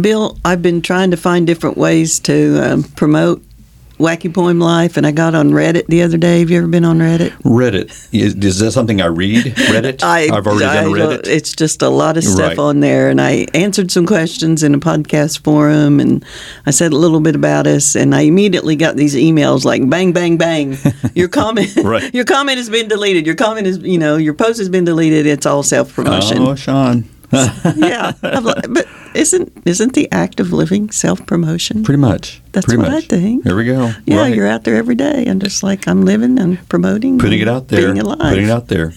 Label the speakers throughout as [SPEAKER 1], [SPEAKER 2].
[SPEAKER 1] Bill, I've been trying to find different ways to um, promote Wacky Poem Life, and I got on Reddit the other day. Have you ever been on Reddit?
[SPEAKER 2] Reddit is, is that something I read? Reddit.
[SPEAKER 1] I,
[SPEAKER 2] have already
[SPEAKER 1] I-
[SPEAKER 2] done Reddit.
[SPEAKER 1] It's just a lot of stuff
[SPEAKER 2] Right.
[SPEAKER 1] on there, and I answered some questions in a podcast forum, and I said a little bit about us, and I immediately got these emails like bang, bang, bang. Your comment,
[SPEAKER 2] Right.
[SPEAKER 1] your comment has been deleted. Your comment is, you know, your post has been deleted. It's all self promotion.
[SPEAKER 2] oh, Sean.
[SPEAKER 1] yeah, I'm like, but isn't isn't the act of living self promotion?
[SPEAKER 2] Pretty much.
[SPEAKER 1] That's
[SPEAKER 2] Pretty
[SPEAKER 1] what I
[SPEAKER 2] much.
[SPEAKER 1] think.
[SPEAKER 2] There we go.
[SPEAKER 1] Yeah,
[SPEAKER 2] Right.
[SPEAKER 1] you're out there every day, and just like I'm living and promoting,
[SPEAKER 2] putting it
[SPEAKER 1] and
[SPEAKER 2] out there.
[SPEAKER 1] being alive.
[SPEAKER 2] Putting it out there.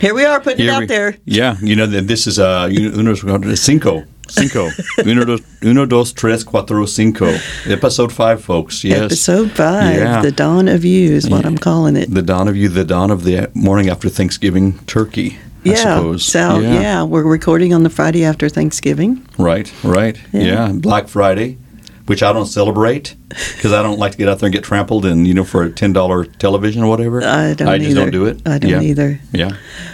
[SPEAKER 1] Here we are putting
[SPEAKER 2] Here
[SPEAKER 1] it out
[SPEAKER 2] we-
[SPEAKER 1] there.
[SPEAKER 2] Yeah, you know that this is uh you- uno dos- cinco. Cinco. uno, dos, uno, dos, tres, cuatro, cinco. Episode five, folks. Yes.
[SPEAKER 1] Episode five,
[SPEAKER 2] Yeah.
[SPEAKER 1] the dawn of you is what I'm calling it.
[SPEAKER 2] The dawn of you, the dawn of the morning after Thanksgiving turkey. I
[SPEAKER 1] yeah.
[SPEAKER 2] suppose.
[SPEAKER 1] So yeah. we're recording on the Friday after Thanksgiving.
[SPEAKER 2] Right, right.
[SPEAKER 1] Yeah.
[SPEAKER 2] Yeah. Black Friday, which I don't celebrate because I don't like to get out there and get trampled and, you know, for a $10 television or whatever.
[SPEAKER 1] I don't.
[SPEAKER 2] I just
[SPEAKER 1] either.
[SPEAKER 2] don't do it.
[SPEAKER 1] I don't
[SPEAKER 2] yeah.
[SPEAKER 1] either.
[SPEAKER 2] Yeah.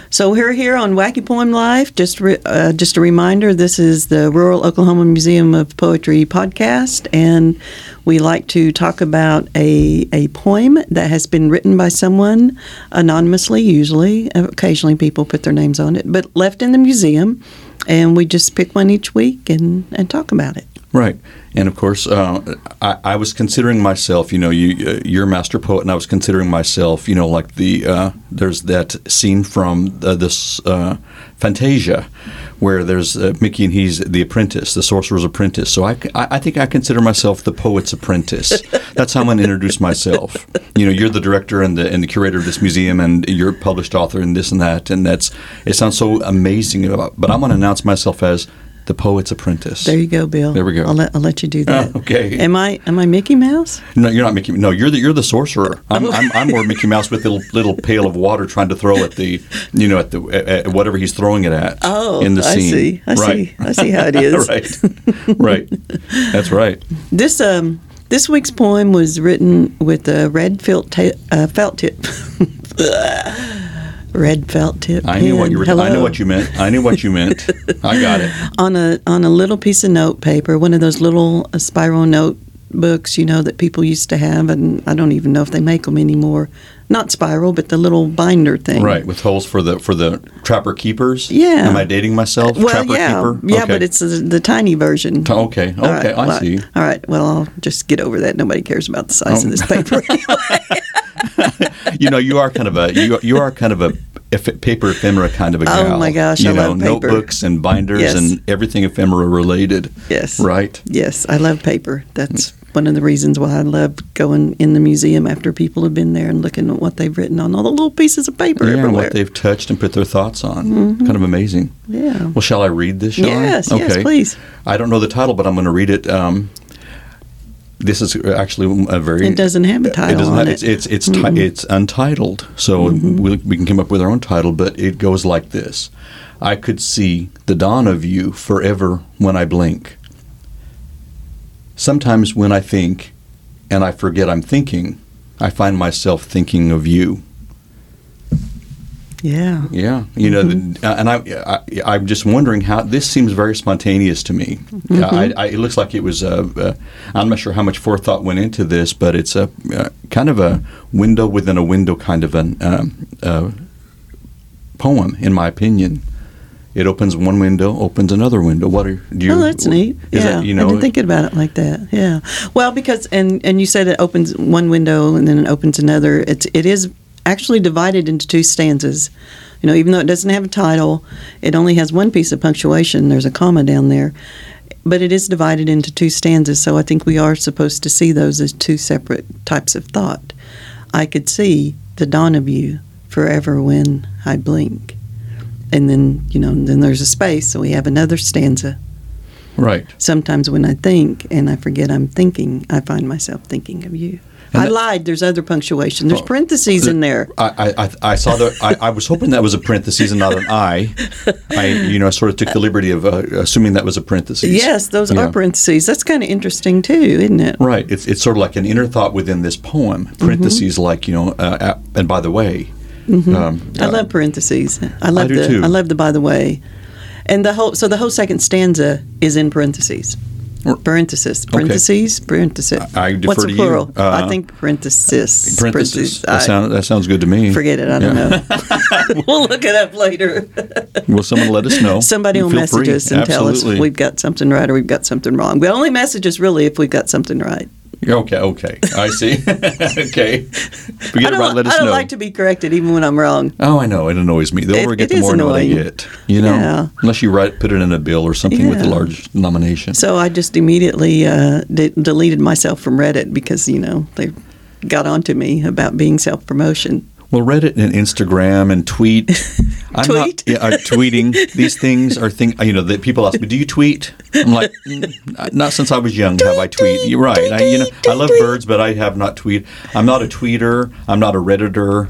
[SPEAKER 1] So we're here on Wacky Poem Live. Just re- uh, just a reminder: this is the Rural Oklahoma Museum of Poetry podcast, and we like to talk about a a poem that has been written by someone anonymously. Usually, occasionally people put their names on it, but left in the museum, and we just pick one each week and and talk about it.
[SPEAKER 2] Right, and of course, uh, I, I was considering myself. You know, you uh, you're a master poet, and I was considering myself. You know, like the uh, there's that scene from the, this uh, Fantasia, where there's uh, Mickey and he's the apprentice, the sorcerer's apprentice. So I, c- I- I think I consider myself the poet's apprentice. That's how I'm going to introduce myself. You know, you're the director and the and the curator of this museum, and you're a published author, and this and that, and that's. It sounds so amazing, but I'm going to announce myself as the poet's apprentice.
[SPEAKER 1] There you go, Bill.
[SPEAKER 2] There we go.
[SPEAKER 1] I'll let, I'll let you do that.
[SPEAKER 2] okay.
[SPEAKER 1] Am I am I Mickey Mouse?
[SPEAKER 2] No, you're not Mickey. No, you're the you're the sorcerer. I'm I'm, I'm more Mickey Mouse with a little, little pail of water trying to throw at the you know at the at, at whatever he's throwing it at.
[SPEAKER 1] Oh,
[SPEAKER 2] in the
[SPEAKER 1] I
[SPEAKER 2] scene.
[SPEAKER 1] see. I
[SPEAKER 2] right.
[SPEAKER 1] see. I see how it is.
[SPEAKER 2] right. Right. That's right.
[SPEAKER 1] This um this week's poem was written with a red felt ta- uh, felt tip. red felt tip.
[SPEAKER 2] I knew what
[SPEAKER 1] pen.
[SPEAKER 2] you were.
[SPEAKER 1] Hello.
[SPEAKER 2] I knew what you meant. I knew what you meant. I got it.
[SPEAKER 1] on a on a little piece of note paper, one of those little uh, spiral note books, you know, that people used to have, and I don't even know if they make them anymore. Not spiral, but the little binder thing.
[SPEAKER 2] Right with holes for the for the trapper keepers.
[SPEAKER 1] Yeah.
[SPEAKER 2] Am I dating myself?
[SPEAKER 1] Well,
[SPEAKER 2] trapper
[SPEAKER 1] yeah,
[SPEAKER 2] keeper.
[SPEAKER 1] yeah,
[SPEAKER 2] Okay.
[SPEAKER 1] but it's the, the tiny version.
[SPEAKER 2] T- okay. Okay.
[SPEAKER 1] All right,
[SPEAKER 2] I
[SPEAKER 1] well,
[SPEAKER 2] see.
[SPEAKER 1] All right. Well, I'll just get over that. Nobody cares about the size of this
[SPEAKER 2] Oh.
[SPEAKER 1] paper.
[SPEAKER 2] you know, you are kind of a you you are kind of a eph- paper ephemera kind of a
[SPEAKER 1] Oh,
[SPEAKER 2] gal.
[SPEAKER 1] my gosh,
[SPEAKER 2] you
[SPEAKER 1] I
[SPEAKER 2] know,
[SPEAKER 1] love paper.
[SPEAKER 2] notebooks and binders
[SPEAKER 1] Yes.
[SPEAKER 2] and everything ephemera related.
[SPEAKER 1] yes.
[SPEAKER 2] Right.
[SPEAKER 1] Yes, I love paper. That's one of the reasons why I love going in the museum after people have been there and looking at what they've written on all the little pieces of paper
[SPEAKER 2] Yeah, and
[SPEAKER 1] everywhere. Mm-hmm.
[SPEAKER 2] what they've touched and put their thoughts on. Kind of amazing.
[SPEAKER 1] yeah.
[SPEAKER 2] Well, shall I read this? Shall I?
[SPEAKER 1] Yes, yes, please.
[SPEAKER 2] I don't know the title, but I'm going to read it. Um, this is actually a very.
[SPEAKER 1] It doesn't have a title
[SPEAKER 2] doesn't
[SPEAKER 1] on
[SPEAKER 2] have-
[SPEAKER 1] it. Mm-hmm.
[SPEAKER 2] It's it's it's, ti- it's untitled, so we, we can come up with our own title. But it goes like this: I could see the dawn of you forever when I blink. Sometimes when I think, and I forget I'm thinking, I find myself thinking of you.
[SPEAKER 1] yeah.
[SPEAKER 2] Yeah, you know,
[SPEAKER 1] Mm-hmm.
[SPEAKER 2] the, uh, and I, I, I'm just wondering how this seems very spontaneous to me. I,
[SPEAKER 1] Mm-hmm.
[SPEAKER 2] I, it looks like it was. Uh, uh, I'm not sure how much forethought went into this, but it's a uh, kind of a window within a window kind of an um uh, poem, in my opinion. It opens one window, opens another window. What are do you?
[SPEAKER 1] Oh, that's neat.
[SPEAKER 2] Is
[SPEAKER 1] yeah,
[SPEAKER 2] that, you
[SPEAKER 1] I
[SPEAKER 2] know,
[SPEAKER 1] didn't think about it like that. Yeah. Well, because and and you said it opens one window and then it opens another. It's it is actually divided into two stanzas. You know, even though it doesn't have a title, it only has one piece of punctuation. There's a comma down there, but it is divided into two stanzas. So I think we are supposed to see those as two separate types of thought. I could see the dawn of you forever when I blink. And then, you know, then there's a space, so we have another stanza.
[SPEAKER 2] right.
[SPEAKER 1] Sometimes when I think and I forget I'm thinking, I find myself thinking of you.
[SPEAKER 2] And
[SPEAKER 1] I
[SPEAKER 2] that-
[SPEAKER 1] lied. There's other punctuation. There's
[SPEAKER 2] Oh.
[SPEAKER 1] parentheses in there.
[SPEAKER 2] I, I- I, I saw the. I, I was hoping that was a parenthesis and not an I. I, you know, I sort of took the liberty of uh, assuming that was a parenthesis.
[SPEAKER 1] Yes, those
[SPEAKER 2] Yeah.
[SPEAKER 1] are parentheses. That's kind of interesting too, isn't it?
[SPEAKER 2] Right. It's, it's sort of like an inner thought within this poem. Parentheses, like, you know, uh, uh, and by the way, Um,
[SPEAKER 1] I love parentheses. I love
[SPEAKER 2] do
[SPEAKER 1] the
[SPEAKER 2] too.
[SPEAKER 1] I love the by the way. And the whole so the whole second stanza is in parentheses. Parentheses. Parentheses. Parentheses.
[SPEAKER 2] I- I defer
[SPEAKER 1] What's
[SPEAKER 2] to
[SPEAKER 1] a
[SPEAKER 2] you.
[SPEAKER 1] plural? I
[SPEAKER 2] Uh,
[SPEAKER 1] think parentheses.
[SPEAKER 2] Parentheses. That,
[SPEAKER 1] I-
[SPEAKER 2] sound, that sounds good to me.
[SPEAKER 1] uh, forget it. I don't
[SPEAKER 2] Yeah.
[SPEAKER 1] know. we'll look it up later.
[SPEAKER 2] Will someone let us know?
[SPEAKER 1] Somebody will
[SPEAKER 2] Feel
[SPEAKER 1] message
[SPEAKER 2] free.
[SPEAKER 1] us and tell us
[SPEAKER 2] Absolutely.
[SPEAKER 1] if we've got something right or we've got something wrong. We only message us really if we've got something right.
[SPEAKER 2] Okay, okay. I see. okay.
[SPEAKER 1] I
[SPEAKER 2] Forget
[SPEAKER 1] don't,
[SPEAKER 2] about let
[SPEAKER 1] li-
[SPEAKER 2] us
[SPEAKER 1] I don't
[SPEAKER 2] know.
[SPEAKER 1] like to be corrected even when I'm wrong.
[SPEAKER 2] Oh, I know. It annoys me. The
[SPEAKER 1] It-
[SPEAKER 2] older I get,
[SPEAKER 1] it
[SPEAKER 2] the
[SPEAKER 1] is
[SPEAKER 2] more annoyed I
[SPEAKER 1] annoying.
[SPEAKER 2] get. You know,
[SPEAKER 1] Yeah.
[SPEAKER 2] unless you write, put it in a bill or something with a
[SPEAKER 1] Yeah.
[SPEAKER 2] large nomination.
[SPEAKER 1] So I just immediately uh, de- deleted myself from Reddit because you know they got onto me about being self promotion.
[SPEAKER 2] Well, Reddit and Instagram and tweet. I'm not-
[SPEAKER 1] Tweet?
[SPEAKER 2] yeah, I'm tweeting. These things are things. You know, that people ask me, "Do you tweet?" I'm like, "Mm, "Not since I was young have I tweet." You're right. I, you know, I love birds, but I have not tweet. I'm not a tweeter. I'm not a redditor.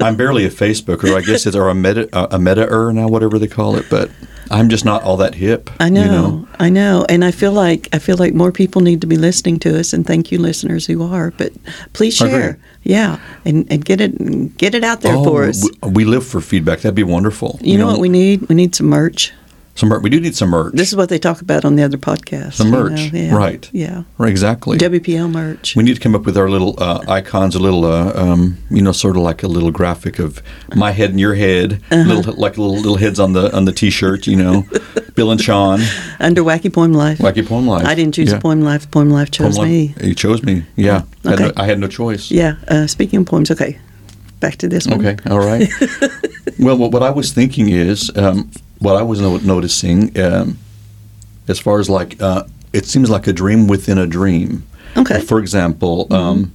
[SPEAKER 2] I'm barely a Facebooker. I guess it's or a meta a metaer now, whatever they call it. But I'm just not all that hip.
[SPEAKER 1] I know, I know, and I feel like I feel like more people need to be listening to us, and thank you, listeners who are. But please
[SPEAKER 2] I agree.
[SPEAKER 1] share, yeah, and, and get it get it out there
[SPEAKER 2] Oh,
[SPEAKER 1] for us.
[SPEAKER 2] We, we live for feedback. That'd be wonderful.
[SPEAKER 1] you, know, what we need? We need some merch.
[SPEAKER 2] Some mer- we do need some merch.
[SPEAKER 1] This is what they talk about on the other podcast.
[SPEAKER 2] Some merch,
[SPEAKER 1] you know, yeah,
[SPEAKER 2] right.
[SPEAKER 1] Yeah,
[SPEAKER 2] Right, exactly.
[SPEAKER 1] WPL merch.
[SPEAKER 2] We need to come up with our little uh, icons, a little, uh, um, you know, sort of like a little graphic of my head and your head,
[SPEAKER 1] Uh-huh.
[SPEAKER 2] little, like little little heads on the on the t-shirt, you know, Bill and Sean,
[SPEAKER 1] Under Wacky Poem Life.
[SPEAKER 2] Wacky Poem Life.
[SPEAKER 1] I didn't choose
[SPEAKER 2] Yeah.
[SPEAKER 1] Poem Life. Poem Life
[SPEAKER 2] Poem
[SPEAKER 1] chose
[SPEAKER 2] Life-
[SPEAKER 1] me.
[SPEAKER 2] You chose me. Yeah, I, had no,
[SPEAKER 1] Okay.
[SPEAKER 2] I had no choice.
[SPEAKER 1] Yeah. Uh, speaking of poems, okay. Back to this one.
[SPEAKER 2] Okay, all right. well, what, what I was thinking is, um, what I was no- noticing, um, as far as like, uh, it seems like a dream within a dream.
[SPEAKER 1] Okay. Mm-hmm.
[SPEAKER 2] For example, um,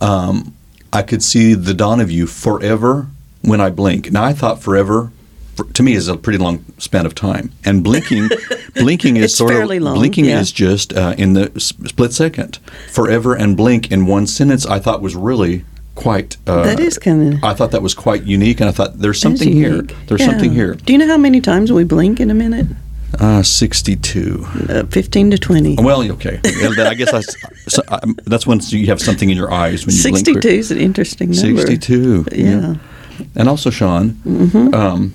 [SPEAKER 2] um, I could see the dawn of you forever when I blink. Now I thought forever. For, to me, is a pretty long span of time, and blinking, blinking is
[SPEAKER 1] It's
[SPEAKER 2] sort
[SPEAKER 1] fairly
[SPEAKER 2] of
[SPEAKER 1] long,
[SPEAKER 2] blinking
[SPEAKER 1] yeah.
[SPEAKER 2] is just uh, in the s- split second. Forever and blink in one sentence, I thought was really quite. Uh,
[SPEAKER 1] That is kinda-
[SPEAKER 2] I thought that was quite unique, and I thought there's
[SPEAKER 1] That is
[SPEAKER 2] something here.
[SPEAKER 1] unique.
[SPEAKER 2] There's
[SPEAKER 1] Yeah.
[SPEAKER 2] something here.
[SPEAKER 1] Do you know how many times we blink in a minute?
[SPEAKER 2] Uh, 62.
[SPEAKER 1] Uh, 15 to 20.
[SPEAKER 2] Well, okay. I guess that's, so, um, that's when you have something in your eyes when you blink.
[SPEAKER 1] 62 is an interesting number.
[SPEAKER 2] 62.
[SPEAKER 1] Yeah. Mm-hmm.
[SPEAKER 2] And also, Sean, um,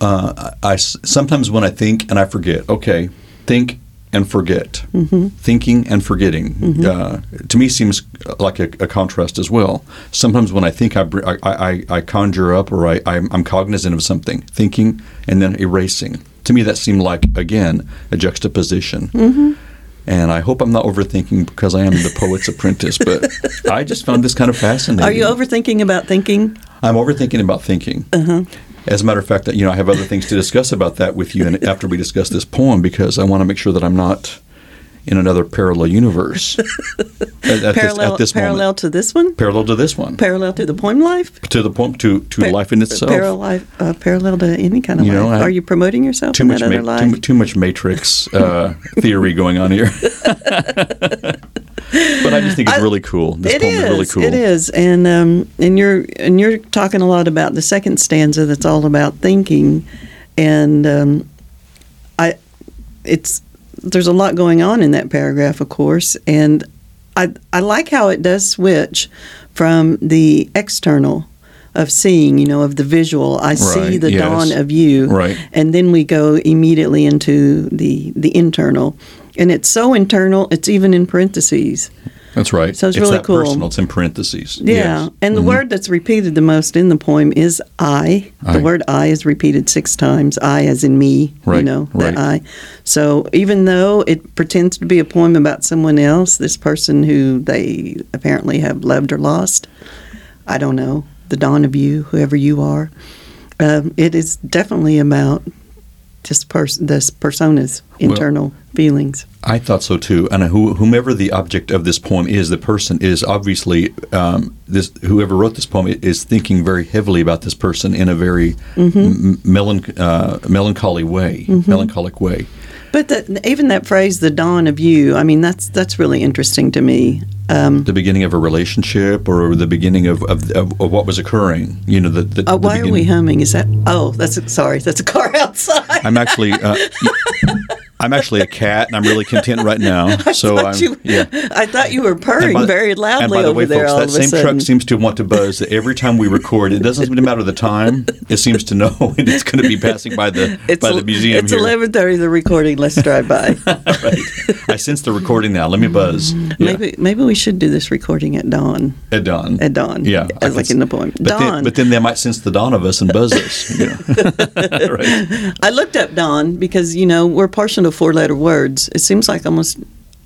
[SPEAKER 2] uh, I s- sometimes when I think and I forget, okay, think and forget.
[SPEAKER 1] Mm-hmm.
[SPEAKER 2] Thinking and forgetting uh, to me seems like a, a contrast as well. Sometimes when I think, I, br- I, I, I conjure up or I, I'm, I'm cognizant of something, thinking and then erasing. To me, that seemed like, again, a juxtaposition.
[SPEAKER 1] Mm-hmm.
[SPEAKER 2] And I hope I'm not overthinking because I am the poet's apprentice, but I just found this kind of fascinating.
[SPEAKER 1] Are you overthinking about thinking?
[SPEAKER 2] I'm overthinking about thinking.
[SPEAKER 1] Uh-huh.
[SPEAKER 2] As a matter of fact, that you know, I have other things to discuss about that with you, and after we discuss this poem, because I want to make sure that I'm not in another parallel universe at, at this,
[SPEAKER 1] Parallel,
[SPEAKER 2] at this
[SPEAKER 1] parallel
[SPEAKER 2] moment,
[SPEAKER 1] to this one?
[SPEAKER 2] parallel to this one,
[SPEAKER 1] Parallel to the poem life?
[SPEAKER 2] to the poem, to to
[SPEAKER 1] Par-
[SPEAKER 2] life in itself.
[SPEAKER 1] Parallel, uh, parallel to any kind of
[SPEAKER 2] You
[SPEAKER 1] life.
[SPEAKER 2] know, I-
[SPEAKER 1] Are you promoting yourself
[SPEAKER 2] too
[SPEAKER 1] in
[SPEAKER 2] much,
[SPEAKER 1] that other
[SPEAKER 2] ma- too,
[SPEAKER 1] life?
[SPEAKER 2] mu- too much matrix uh, theory going on here. but I just think it's
[SPEAKER 1] I-
[SPEAKER 2] really cool. This
[SPEAKER 1] It
[SPEAKER 2] poem is really
[SPEAKER 1] is,
[SPEAKER 2] cool.
[SPEAKER 1] It is, and um, and you're and you're talking a lot about the second stanza that's all about thinking, and um, I, it's there's a lot going on in that paragraph, of course, and I I like how it does switch from the external of seeing, you know, of the visual. I see
[SPEAKER 2] Right,
[SPEAKER 1] the
[SPEAKER 2] yes.
[SPEAKER 1] dawn of you,
[SPEAKER 2] Right.
[SPEAKER 1] and then we go immediately into the the internal. And it's so internal, it's even in parentheses.
[SPEAKER 2] That's right.
[SPEAKER 1] So it's really
[SPEAKER 2] that
[SPEAKER 1] cool.
[SPEAKER 2] personal. It's in parentheses.
[SPEAKER 1] Yeah.
[SPEAKER 2] Yes. Mm-hmm.
[SPEAKER 1] And the word that's repeated the most in the poem is I.
[SPEAKER 2] I.
[SPEAKER 1] The word I is repeated six times. I as in me, you
[SPEAKER 2] Right,
[SPEAKER 1] know,
[SPEAKER 2] right.
[SPEAKER 1] the I. So even though it pretends to be a poem about someone else, this person who they apparently have loved or lost, I don't know, the dawn of you, whoever you are, um, it is definitely about this, pers- this persona's internal feelings.
[SPEAKER 2] I thought so too. And who, whomever the object of this poem is, the person is obviously um, this. Whoever wrote this poem is thinking very heavily about this person in a very
[SPEAKER 1] Mm-hmm.
[SPEAKER 2] m- melan- uh, melancholy way, melancholic way.
[SPEAKER 1] But the, even that phrase, the dawn of you, I mean, that's, that's really interesting to me.
[SPEAKER 2] The beginning of a relationship or the beginning of, of, of, of what was occurring. You know, the, the,
[SPEAKER 1] Oh,
[SPEAKER 2] the
[SPEAKER 1] why are
[SPEAKER 2] beginning.
[SPEAKER 1] we humming? Is that? Oh, that's sorry. That's a car outside.
[SPEAKER 2] I'm actually. Uh, I'm actually a cat, and I'm really content right now. so
[SPEAKER 1] thought
[SPEAKER 2] I'm
[SPEAKER 1] you-
[SPEAKER 2] yeah.
[SPEAKER 1] I thought you were
[SPEAKER 2] And
[SPEAKER 1] purring
[SPEAKER 2] by the-
[SPEAKER 1] very loudly
[SPEAKER 2] and by the
[SPEAKER 1] over
[SPEAKER 2] way,
[SPEAKER 1] there.
[SPEAKER 2] folks,
[SPEAKER 1] all
[SPEAKER 2] that
[SPEAKER 1] of
[SPEAKER 2] same
[SPEAKER 1] a sudden.
[SPEAKER 2] truck seems to want to buzz every time we record. It doesn't even matter the time; it seems to know when it's going to be passing by the by the museum
[SPEAKER 1] It's
[SPEAKER 2] here.
[SPEAKER 1] eleven thirty. The recording. Let's drive by.
[SPEAKER 2] Right. I sense the recording now. Let me buzz. Yeah.
[SPEAKER 1] Maybe maybe we should do this recording at dawn.
[SPEAKER 2] At dawn.
[SPEAKER 1] At dawn.
[SPEAKER 2] Yeah.
[SPEAKER 1] As
[SPEAKER 2] I
[SPEAKER 1] like
[SPEAKER 2] can
[SPEAKER 1] in the
[SPEAKER 2] s-
[SPEAKER 1] poem.
[SPEAKER 2] But
[SPEAKER 1] dawn.
[SPEAKER 2] Then, but then they might sense the dawn of us and buzz us. You know? right.
[SPEAKER 1] I looked up dawn because you know we're partial to four letter words. It seems like almost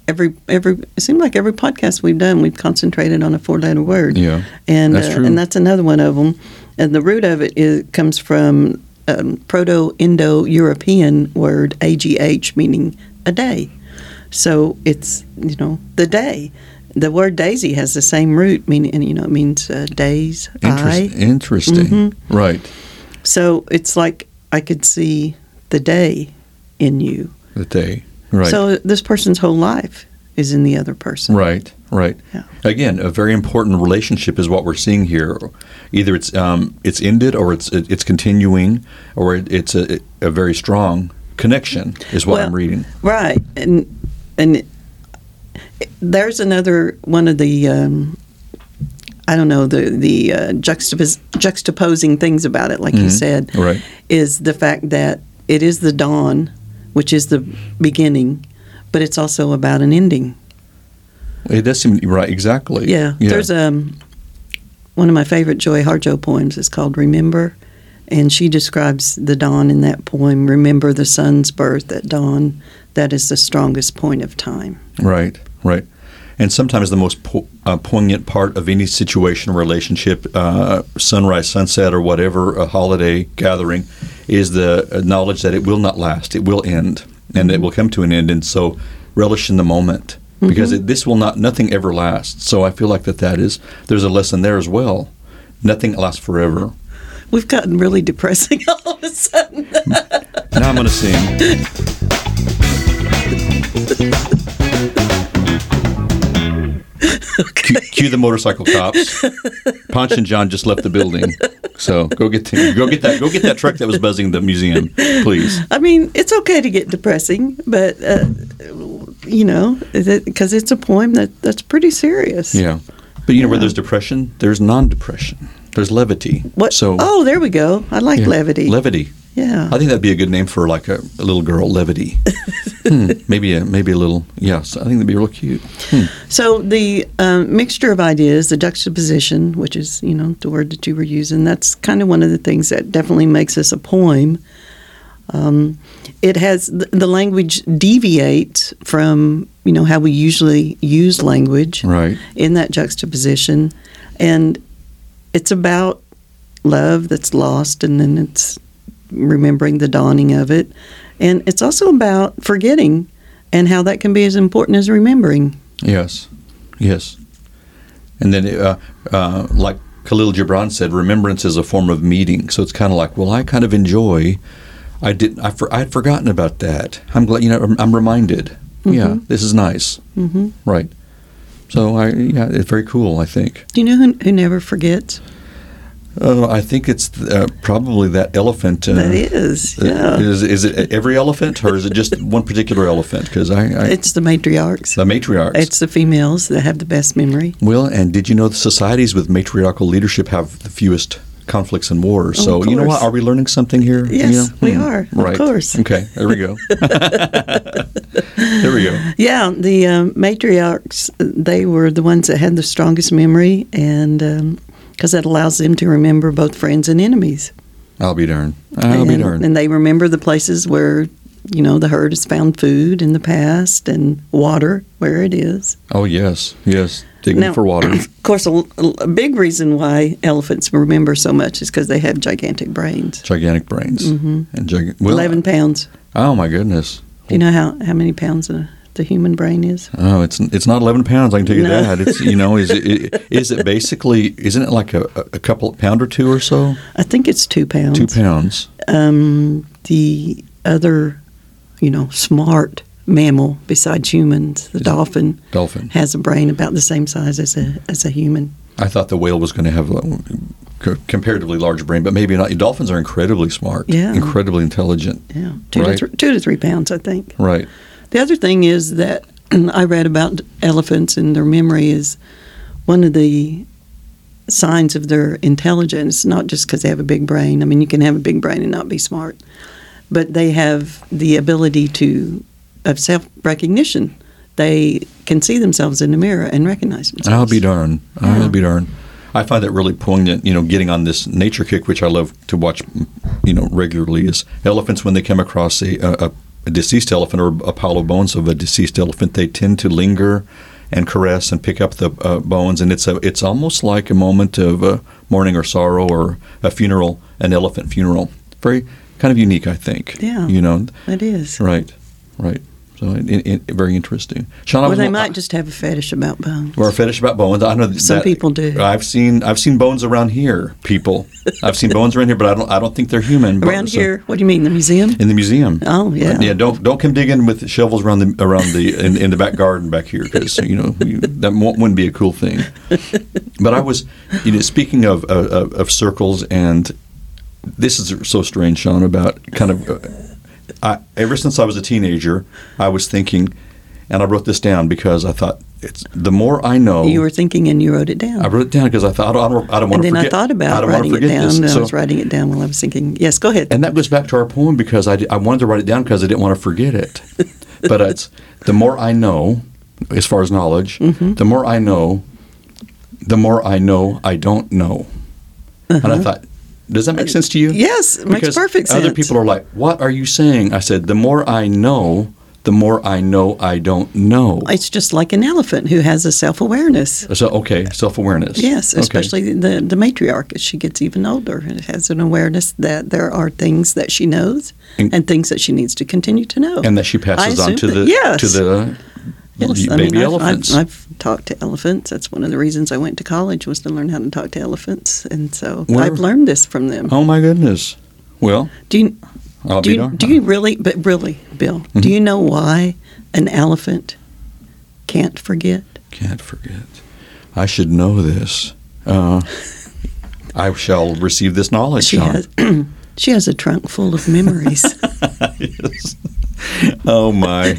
[SPEAKER 1] every every it seems like every podcast we've done we've concentrated on a four letter word.
[SPEAKER 2] Yeah,
[SPEAKER 1] and
[SPEAKER 2] that's
[SPEAKER 1] uh,
[SPEAKER 2] true.
[SPEAKER 1] and that's another one of them. And the root of it is comes from um, Proto Indo European word agh meaning a day. So it's you know the day. The word daisy has the same root meaning, and you know it means uh, days, eye.
[SPEAKER 2] Interest, interesting.
[SPEAKER 1] Mm-hmm.
[SPEAKER 2] Right.
[SPEAKER 1] So it's like I could see the day in you.
[SPEAKER 2] That they. Right.
[SPEAKER 1] So this person's whole life is in the other person.
[SPEAKER 2] Right, right.
[SPEAKER 1] Yeah.
[SPEAKER 2] Again, a very important relationship is what we're seeing here. Either it's um, it's ended, or it's it, it's continuing, or it, it's a, a very strong connection is what I'm
[SPEAKER 1] Well-
[SPEAKER 2] reading.
[SPEAKER 1] Right. And and it- there's another one of the um, I don't know the the uh, juxtapos- juxtaposing things about it, like you
[SPEAKER 2] Mhm.
[SPEAKER 1] said,
[SPEAKER 2] Right.
[SPEAKER 1] is the fact that it is the dawn, which is the beginning, but it's also about an ending.
[SPEAKER 2] It does seem right. Exactly.
[SPEAKER 1] Yeah, there's um one of my favorite Joy Harjo poems is called "Remember," and she describes the dawn in that poem. Remember the sun's birth at dawn. That is the strongest point of time.
[SPEAKER 2] Right, right. And sometimes the most po- uh, poignant part of any situation, relationship, uh, sunrise, sunset, or whatever, a holiday gathering, is the knowledge that it will not last. It will end, and it will come to an end. And so, relish in the moment because it, this will not. Nothing ever lasts. So I feel like that that is there's a lesson there as well. Nothing lasts forever.
[SPEAKER 1] We've gotten really depressing all of a sudden.
[SPEAKER 2] Now I'm going to sing. Cue, cue the motorcycle cops. Ponch and John just left the building, so go get the, go get that go get that truck that was buzzing the museum, please.
[SPEAKER 1] I mean, it's okay to get depressing, but uh, you know, because it's a poem that that's pretty serious.
[SPEAKER 2] Yeah, but you know where there's depression, there's non-depression, there's levity.
[SPEAKER 1] What?
[SPEAKER 2] So
[SPEAKER 1] oh, there we go. I like
[SPEAKER 2] yeah.
[SPEAKER 1] levity.
[SPEAKER 2] Levity.
[SPEAKER 1] yeah.
[SPEAKER 2] I think that'd be a good name for like a, a little girl, levity. Hmm, maybe a maybe a little. Yes, I think that'd be real cute.
[SPEAKER 1] So the um, mixture of ideas, the juxtaposition, which is you know the word that you were using, that's kind of one of the things that definitely makes this a poem. Um, it has the, the language deviates from you know how we usually use language
[SPEAKER 2] Right.
[SPEAKER 1] in that juxtaposition, and it's about love that's lost, and then it's remembering the dawning of it, and it's also about forgetting and how that can be as important as remembering.
[SPEAKER 2] Yes, yes. And then, uh, uh, like Khalil Gibran said, remembrance is a form of meeting. So it's kind of like, well, I kind of enjoy. I didn't. I for, I had forgotten about that. I'm glad. You know, I'm, I'm reminded.
[SPEAKER 1] Mm-hmm.
[SPEAKER 2] Yeah, this is nice.
[SPEAKER 1] hmm
[SPEAKER 2] Right. So I yeah, it's very cool. I think.
[SPEAKER 1] Do you know who, who never forgets?
[SPEAKER 2] Uh, I think it's uh, probably that elephant. Uh,
[SPEAKER 1] Oh. that is,
[SPEAKER 2] uh,
[SPEAKER 1] yeah.
[SPEAKER 2] Is is it every elephant or is it just one particular elephant? Because I, I
[SPEAKER 1] it's the matriarchs.
[SPEAKER 2] the matriarchs.
[SPEAKER 1] It's the females that have the best memory.
[SPEAKER 2] Well, and did you know the societies with matriarchal leadership have the fewest conflicts and wars?
[SPEAKER 1] Of
[SPEAKER 2] so you know what?
[SPEAKER 1] course.
[SPEAKER 2] Are we learning something here? You
[SPEAKER 1] Yes,
[SPEAKER 2] know?
[SPEAKER 1] we are. Of
[SPEAKER 2] Right.
[SPEAKER 1] course.
[SPEAKER 2] Okay. There we go. there we go.
[SPEAKER 1] Yeah, the um, matriarchs, they were the ones that had the strongest memory, and because that allows them to remember both friends and enemies.
[SPEAKER 2] I'll be darned. I'll
[SPEAKER 1] and,
[SPEAKER 2] be darned.
[SPEAKER 1] And they remember the places where, you know, the herd has found food in the past and water where it is.
[SPEAKER 2] oh yes, yes. Digging
[SPEAKER 1] Now-
[SPEAKER 2] for water.
[SPEAKER 1] Of course, a, a big reason why elephants remember so much is because they have gigantic brains.
[SPEAKER 2] Gigantic brains and giga- well,
[SPEAKER 1] Mm-hmm. Eleven pounds.
[SPEAKER 2] Oh my goodness.
[SPEAKER 1] Do you know how, how many pounds a, the human brain is?
[SPEAKER 2] Oh, it's it's not eleven pounds. I can tell you
[SPEAKER 1] No.
[SPEAKER 2] that. It's you know is it is it basically isn't it like a, a couple pound or two or so
[SPEAKER 1] I think Oh, it's two pounds.
[SPEAKER 2] two pounds
[SPEAKER 1] Um, the other, you know, smart mammal besides humans, the dolphin,
[SPEAKER 2] dolphin.
[SPEAKER 1] has a brain about the same size as a as a human.
[SPEAKER 2] I thought the whale was going to have uh, c- comparatively large brain, but maybe not. Dolphins are incredibly smart,
[SPEAKER 1] Yeah.
[SPEAKER 2] incredibly intelligent.
[SPEAKER 1] Yeah, two
[SPEAKER 2] Right.
[SPEAKER 1] to three, two to three pounds, I think.
[SPEAKER 2] Right.
[SPEAKER 1] The other thing is that I read about elephants and their memory is one of the signs of their intelligence, not just because they have a big brain. I mean, you can have a big brain and not be smart, but they have the ability to of self recognition. They can see themselves in the mirror and recognize themselves.
[SPEAKER 2] I'll be darned.
[SPEAKER 1] Yeah.
[SPEAKER 2] I'll be darned. I find that really poignant, you know, getting on this nature kick, which I love to watch, you know, regularly, is elephants when they come across a, a, a deceased elephant or a pile of bones of a deceased elephant, they tend to linger and caress and pick up the uh, bones, and it's a, it's almost like a moment of uh, mourning or sorrow or a funeral, an elephant funeral. Very kind of unique, I think.
[SPEAKER 1] Yeah.
[SPEAKER 2] You know,
[SPEAKER 1] It is.
[SPEAKER 2] right, right. So it, it, it- very interesting. Sean, I
[SPEAKER 1] Well,
[SPEAKER 2] was
[SPEAKER 1] they
[SPEAKER 2] wa-
[SPEAKER 1] might just have a fetish about bones.
[SPEAKER 2] or a fetish about bones. I know that-
[SPEAKER 1] Some people do.
[SPEAKER 2] I've seen I've seen bones around here. People, I've seen bones around here, but I don't I don't think they're human.
[SPEAKER 1] Around
[SPEAKER 2] bones, uh, so-
[SPEAKER 1] here, what do you mean, the museum?
[SPEAKER 2] in the museum.
[SPEAKER 1] Oh, yeah.
[SPEAKER 2] yeah. Don't don't come digging with shovels around the around the in, in the back garden back here because you know you, that won't, wouldn't be a cool thing. But I was, you know, speaking of of, of- of circles and this is so strange, Sean. About kind of, uh, I, ever since I was a teenager, I was thinking, and I wrote this down because I thought it's the more I know.
[SPEAKER 1] You were thinking and you wrote it down.
[SPEAKER 2] I wrote it down because I thought "Oh, I don't, I don't
[SPEAKER 1] and
[SPEAKER 2] want to
[SPEAKER 1] then
[SPEAKER 2] forget.
[SPEAKER 1] I thought about
[SPEAKER 2] don't wanna
[SPEAKER 1] writing it
[SPEAKER 2] forget
[SPEAKER 1] down.
[SPEAKER 2] this.
[SPEAKER 1] and I
[SPEAKER 2] So-
[SPEAKER 1] was writing it down while I was thinking. Yes, go ahead.
[SPEAKER 2] and that goes back to our poem because I, I wanted to write it down because I didn't want to forget it. but it's the more I know, as far as knowledge,
[SPEAKER 1] Mm-hmm.
[SPEAKER 2] the more I know, the more I know I don't know. And I thought, does that make sense to you?
[SPEAKER 1] Uh-huh. Yes, it makes
[SPEAKER 2] Because
[SPEAKER 1] perfect
[SPEAKER 2] Other
[SPEAKER 1] sense.
[SPEAKER 2] people are like, "What are you saying?" I said, "The more I know, the more I know I don't know."
[SPEAKER 1] It's just like an elephant who has a self awareness.
[SPEAKER 2] so okay, self awareness.
[SPEAKER 1] Yes, especially the, the matriarch as she gets even older and has an awareness that there are things that she knows
[SPEAKER 2] And-
[SPEAKER 1] and, things that she needs to continue to know.
[SPEAKER 2] and that she passes on
[SPEAKER 1] assume
[SPEAKER 2] to
[SPEAKER 1] that-
[SPEAKER 2] the
[SPEAKER 1] yes.
[SPEAKER 2] to the
[SPEAKER 1] yes,
[SPEAKER 2] baby
[SPEAKER 1] I mean, I've-
[SPEAKER 2] elephants.
[SPEAKER 1] I've, I've, talked to elephants. That's one of the reasons I went to college was to learn how to talk to elephants. And so
[SPEAKER 2] Where-
[SPEAKER 1] I've learned this from them.
[SPEAKER 2] oh my goodness! Well,
[SPEAKER 1] Do you,
[SPEAKER 2] I'll
[SPEAKER 1] do
[SPEAKER 2] be
[SPEAKER 1] you,
[SPEAKER 2] darned. Mm-hmm.
[SPEAKER 1] do you really, but really, Bill, do you know why an elephant can't forget?
[SPEAKER 2] Can't forget. I should know this. Uh, I shall receive this knowledge.
[SPEAKER 1] She
[SPEAKER 2] Sean.
[SPEAKER 1] has she has a trunk full of memories.
[SPEAKER 2] Yes. Oh my!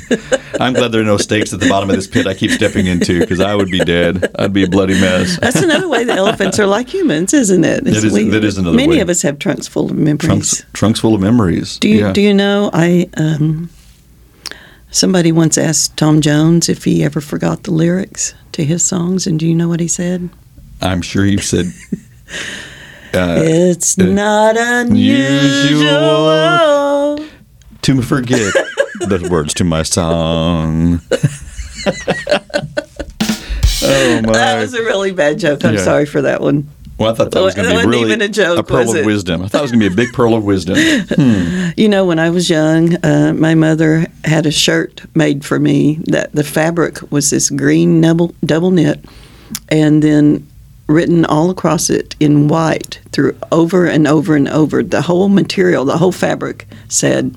[SPEAKER 2] I'm glad there are no stakes at the bottom of this pit I keep stepping into because I would be dead. I'd be a bloody mess.
[SPEAKER 1] That's another way that elephants are like humans, isn't it? It's-
[SPEAKER 2] is- that is another
[SPEAKER 1] Many
[SPEAKER 2] way.
[SPEAKER 1] of us have trunks full of memories.
[SPEAKER 2] Trunks, trunks full of memories.
[SPEAKER 1] Do you
[SPEAKER 2] Yeah.
[SPEAKER 1] do you know I um, somebody once asked Tom Jones if he ever forgot the lyrics to his songs, and do you know what he said?
[SPEAKER 2] I'm sure you've said. Uh,
[SPEAKER 1] it's
[SPEAKER 2] uh,
[SPEAKER 1] not unusual.
[SPEAKER 2] to forget the words to my song. oh my!
[SPEAKER 1] That was a really bad joke. I'm
[SPEAKER 2] Yeah.
[SPEAKER 1] sorry for that one.
[SPEAKER 2] Well, I thought that was going
[SPEAKER 1] That
[SPEAKER 2] to be
[SPEAKER 1] wasn't
[SPEAKER 2] really
[SPEAKER 1] even a joke,
[SPEAKER 2] a pearl
[SPEAKER 1] was
[SPEAKER 2] of
[SPEAKER 1] it?
[SPEAKER 2] wisdom. I thought it was going to be a big pearl of wisdom.
[SPEAKER 1] You know, when I was young, uh, my mother had a shirt made for me that the fabric was this green double, double knit, and then written all across it in white through over and over and over. The whole material, the whole fabric said,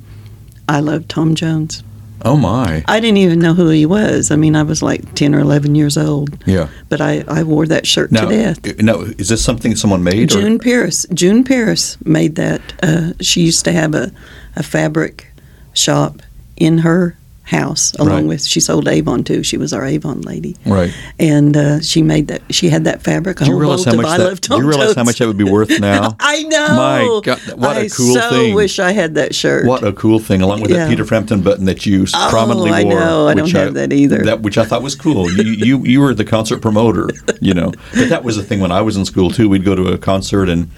[SPEAKER 1] I love Tom Jones.
[SPEAKER 2] Oh my!
[SPEAKER 1] I didn't even know who he was. I mean, I was like 10 or 11 years old,
[SPEAKER 2] Yeah.
[SPEAKER 1] but I, I wore that shirt
[SPEAKER 2] Now,
[SPEAKER 1] to death.
[SPEAKER 2] now, is this something someone made? or-
[SPEAKER 1] June Pierce. June Pierce made that. Uh, she used to have a, a fabric shop in her house, along
[SPEAKER 2] Right.
[SPEAKER 1] with she sold Avon too. She was our Avon lady,
[SPEAKER 2] right.
[SPEAKER 1] and uh, she made that. She had that fabric. A
[SPEAKER 2] Do you
[SPEAKER 1] whole bolt
[SPEAKER 2] realize how
[SPEAKER 1] of
[SPEAKER 2] much
[SPEAKER 1] I Oh, Love
[SPEAKER 2] that? Do
[SPEAKER 1] Tom
[SPEAKER 2] you realize how
[SPEAKER 1] Jones.
[SPEAKER 2] much that would be worth now?
[SPEAKER 1] I know.
[SPEAKER 2] My God, what a
[SPEAKER 1] I
[SPEAKER 2] cool
[SPEAKER 1] so
[SPEAKER 2] thing.
[SPEAKER 1] wish I had that shirt.
[SPEAKER 2] What a cool thing! Along with that
[SPEAKER 1] Yeah.
[SPEAKER 2] Peter Frampton button that you
[SPEAKER 1] Oh,
[SPEAKER 2] prominently
[SPEAKER 1] I
[SPEAKER 2] wore.
[SPEAKER 1] know. I don't
[SPEAKER 2] which
[SPEAKER 1] have that either.
[SPEAKER 2] That which I thought was cool. you, you you were the concert promoter, you know. But that was the thing when I was in school too. We'd go to a concert and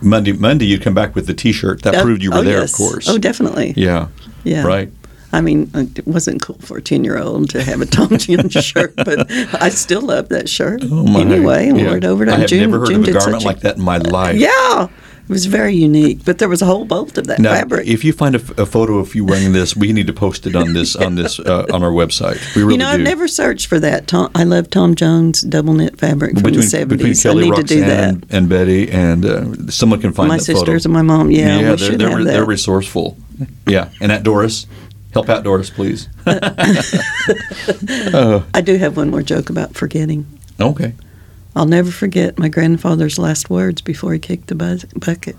[SPEAKER 2] Monday Monday you'd come back with the T-shirt that
[SPEAKER 1] Uh,
[SPEAKER 2] proved you were
[SPEAKER 1] oh,
[SPEAKER 2] there,
[SPEAKER 1] yes.
[SPEAKER 2] of course.
[SPEAKER 1] Oh, definitely.
[SPEAKER 2] yeah.
[SPEAKER 1] Yeah.
[SPEAKER 2] Right.
[SPEAKER 1] I mean, uh, it wasn't cool for a 10 year old to have a Tom Jones shirt, but I still love that shirt.
[SPEAKER 2] Oh my.
[SPEAKER 1] Anyway, I
[SPEAKER 2] Yeah.
[SPEAKER 1] wore it over to
[SPEAKER 2] I have
[SPEAKER 1] June.
[SPEAKER 2] never heard
[SPEAKER 1] June
[SPEAKER 2] of a
[SPEAKER 1] did such uh,
[SPEAKER 2] garment like that in my life.
[SPEAKER 1] Yeah. It was very unique, but there was a whole bolt of that
[SPEAKER 2] Now,
[SPEAKER 1] fabric.
[SPEAKER 2] if you find a, f- a photo of you wearing this, we need to post it on this on this uh, on our website. We really
[SPEAKER 1] you know,
[SPEAKER 2] do.
[SPEAKER 1] I've never searched for that. Tom, I love Tom Jones double knit fabric from the
[SPEAKER 2] between, between
[SPEAKER 1] seventies. I
[SPEAKER 2] Kelly
[SPEAKER 1] need
[SPEAKER 2] Roxanne
[SPEAKER 1] to do that.
[SPEAKER 2] And, Betty, and uh, someone can find
[SPEAKER 1] My
[SPEAKER 2] that
[SPEAKER 1] sisters
[SPEAKER 2] photo.
[SPEAKER 1] and my mom. Yeah, we
[SPEAKER 2] they're
[SPEAKER 1] should
[SPEAKER 2] they're,
[SPEAKER 1] have that.
[SPEAKER 2] they're resourceful. Yeah, and at Doris, help out Doris, please.
[SPEAKER 1] I do have one more joke about forgetting.
[SPEAKER 2] Okay,
[SPEAKER 1] I'll never forget my grandfather's last words before he kicked the bu- bucket.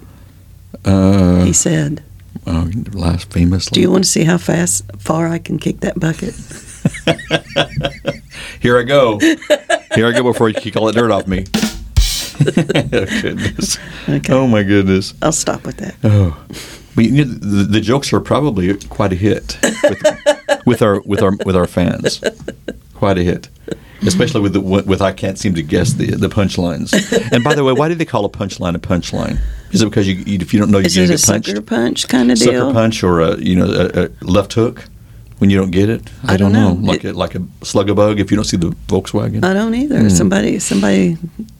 [SPEAKER 2] Uh,
[SPEAKER 1] He said,
[SPEAKER 2] oh, last famous.
[SPEAKER 1] "Do you want to see how fast, far I can kick that bucket?"
[SPEAKER 2] Here I go. Here I go before you kick all that dirt off me. oh, goodness.
[SPEAKER 1] Okay.
[SPEAKER 2] Oh, my goodness.
[SPEAKER 1] I'll stop with that.
[SPEAKER 2] Oh, but you know, the, the jokes are probably quite a hit with, with our with our with our fans. Quite a hit, especially with the with I can't seem to guess the the punchlines. And by the way, why do they call a punchline a punchline? Is it because you, you if you don't know you're
[SPEAKER 1] Is it
[SPEAKER 2] going to
[SPEAKER 1] a
[SPEAKER 2] get punched?
[SPEAKER 1] sucker punch kind of
[SPEAKER 2] Sucker
[SPEAKER 1] deal?
[SPEAKER 2] punch or a you know a, a left hook when you don't get it. I,
[SPEAKER 1] I don't know.
[SPEAKER 2] Like
[SPEAKER 1] It-
[SPEAKER 2] a, like a slug a bug if you don't see the Volkswagen.
[SPEAKER 1] I don't either.
[SPEAKER 2] Hmm.
[SPEAKER 1] Somebody, somebody,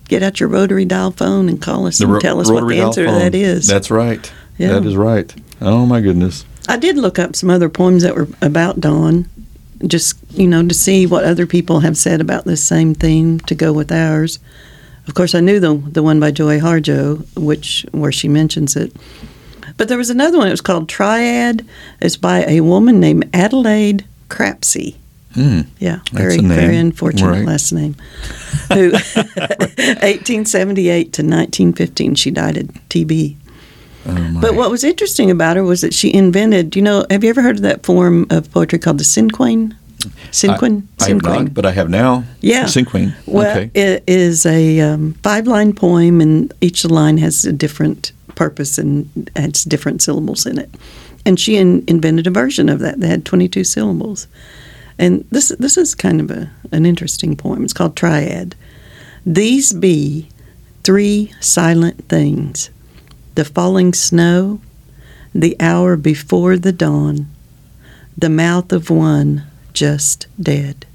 [SPEAKER 1] get out your rotary dial phone and call us
[SPEAKER 2] the
[SPEAKER 1] and
[SPEAKER 2] ro-
[SPEAKER 1] tell us what
[SPEAKER 2] rotary
[SPEAKER 1] the
[SPEAKER 2] dial
[SPEAKER 1] answer to
[SPEAKER 2] phone.
[SPEAKER 1] that is.
[SPEAKER 2] That's right.
[SPEAKER 1] Yeah.
[SPEAKER 2] That is right. Oh my goodness.
[SPEAKER 1] I did look up some other poems that were about Dawn, just you know to see what other people have said about this same theme to go with ours. Of course, I knew the the one by Joy Harjo, which where she mentions it. But there was another one. It was called Triad. It's by a woman named Adelaide Crapsey.
[SPEAKER 2] Hmm.
[SPEAKER 1] Yeah,
[SPEAKER 2] That's
[SPEAKER 1] very
[SPEAKER 2] a name.
[SPEAKER 1] very unfortunate
[SPEAKER 2] Right.
[SPEAKER 1] last name. Who, 1878 to 1915, she died of TB.
[SPEAKER 2] Oh my.
[SPEAKER 1] But what was interesting about her was that she invented. You know, have you ever heard of that form of poetry called the cinquain? Cinquain,
[SPEAKER 2] I have not, but I have now.
[SPEAKER 1] Yeah.
[SPEAKER 2] Cinquain.
[SPEAKER 1] Well,
[SPEAKER 2] okay.
[SPEAKER 1] it is a um, five-line poem, and each line has a different purpose and has different syllables in it. And she in, invented a version of that that had 22 syllables. And this this is kind of a, an interesting poem. It's called Triad. These be three silent things: the falling snow, the hour before the dawn, the mouth of one just dead.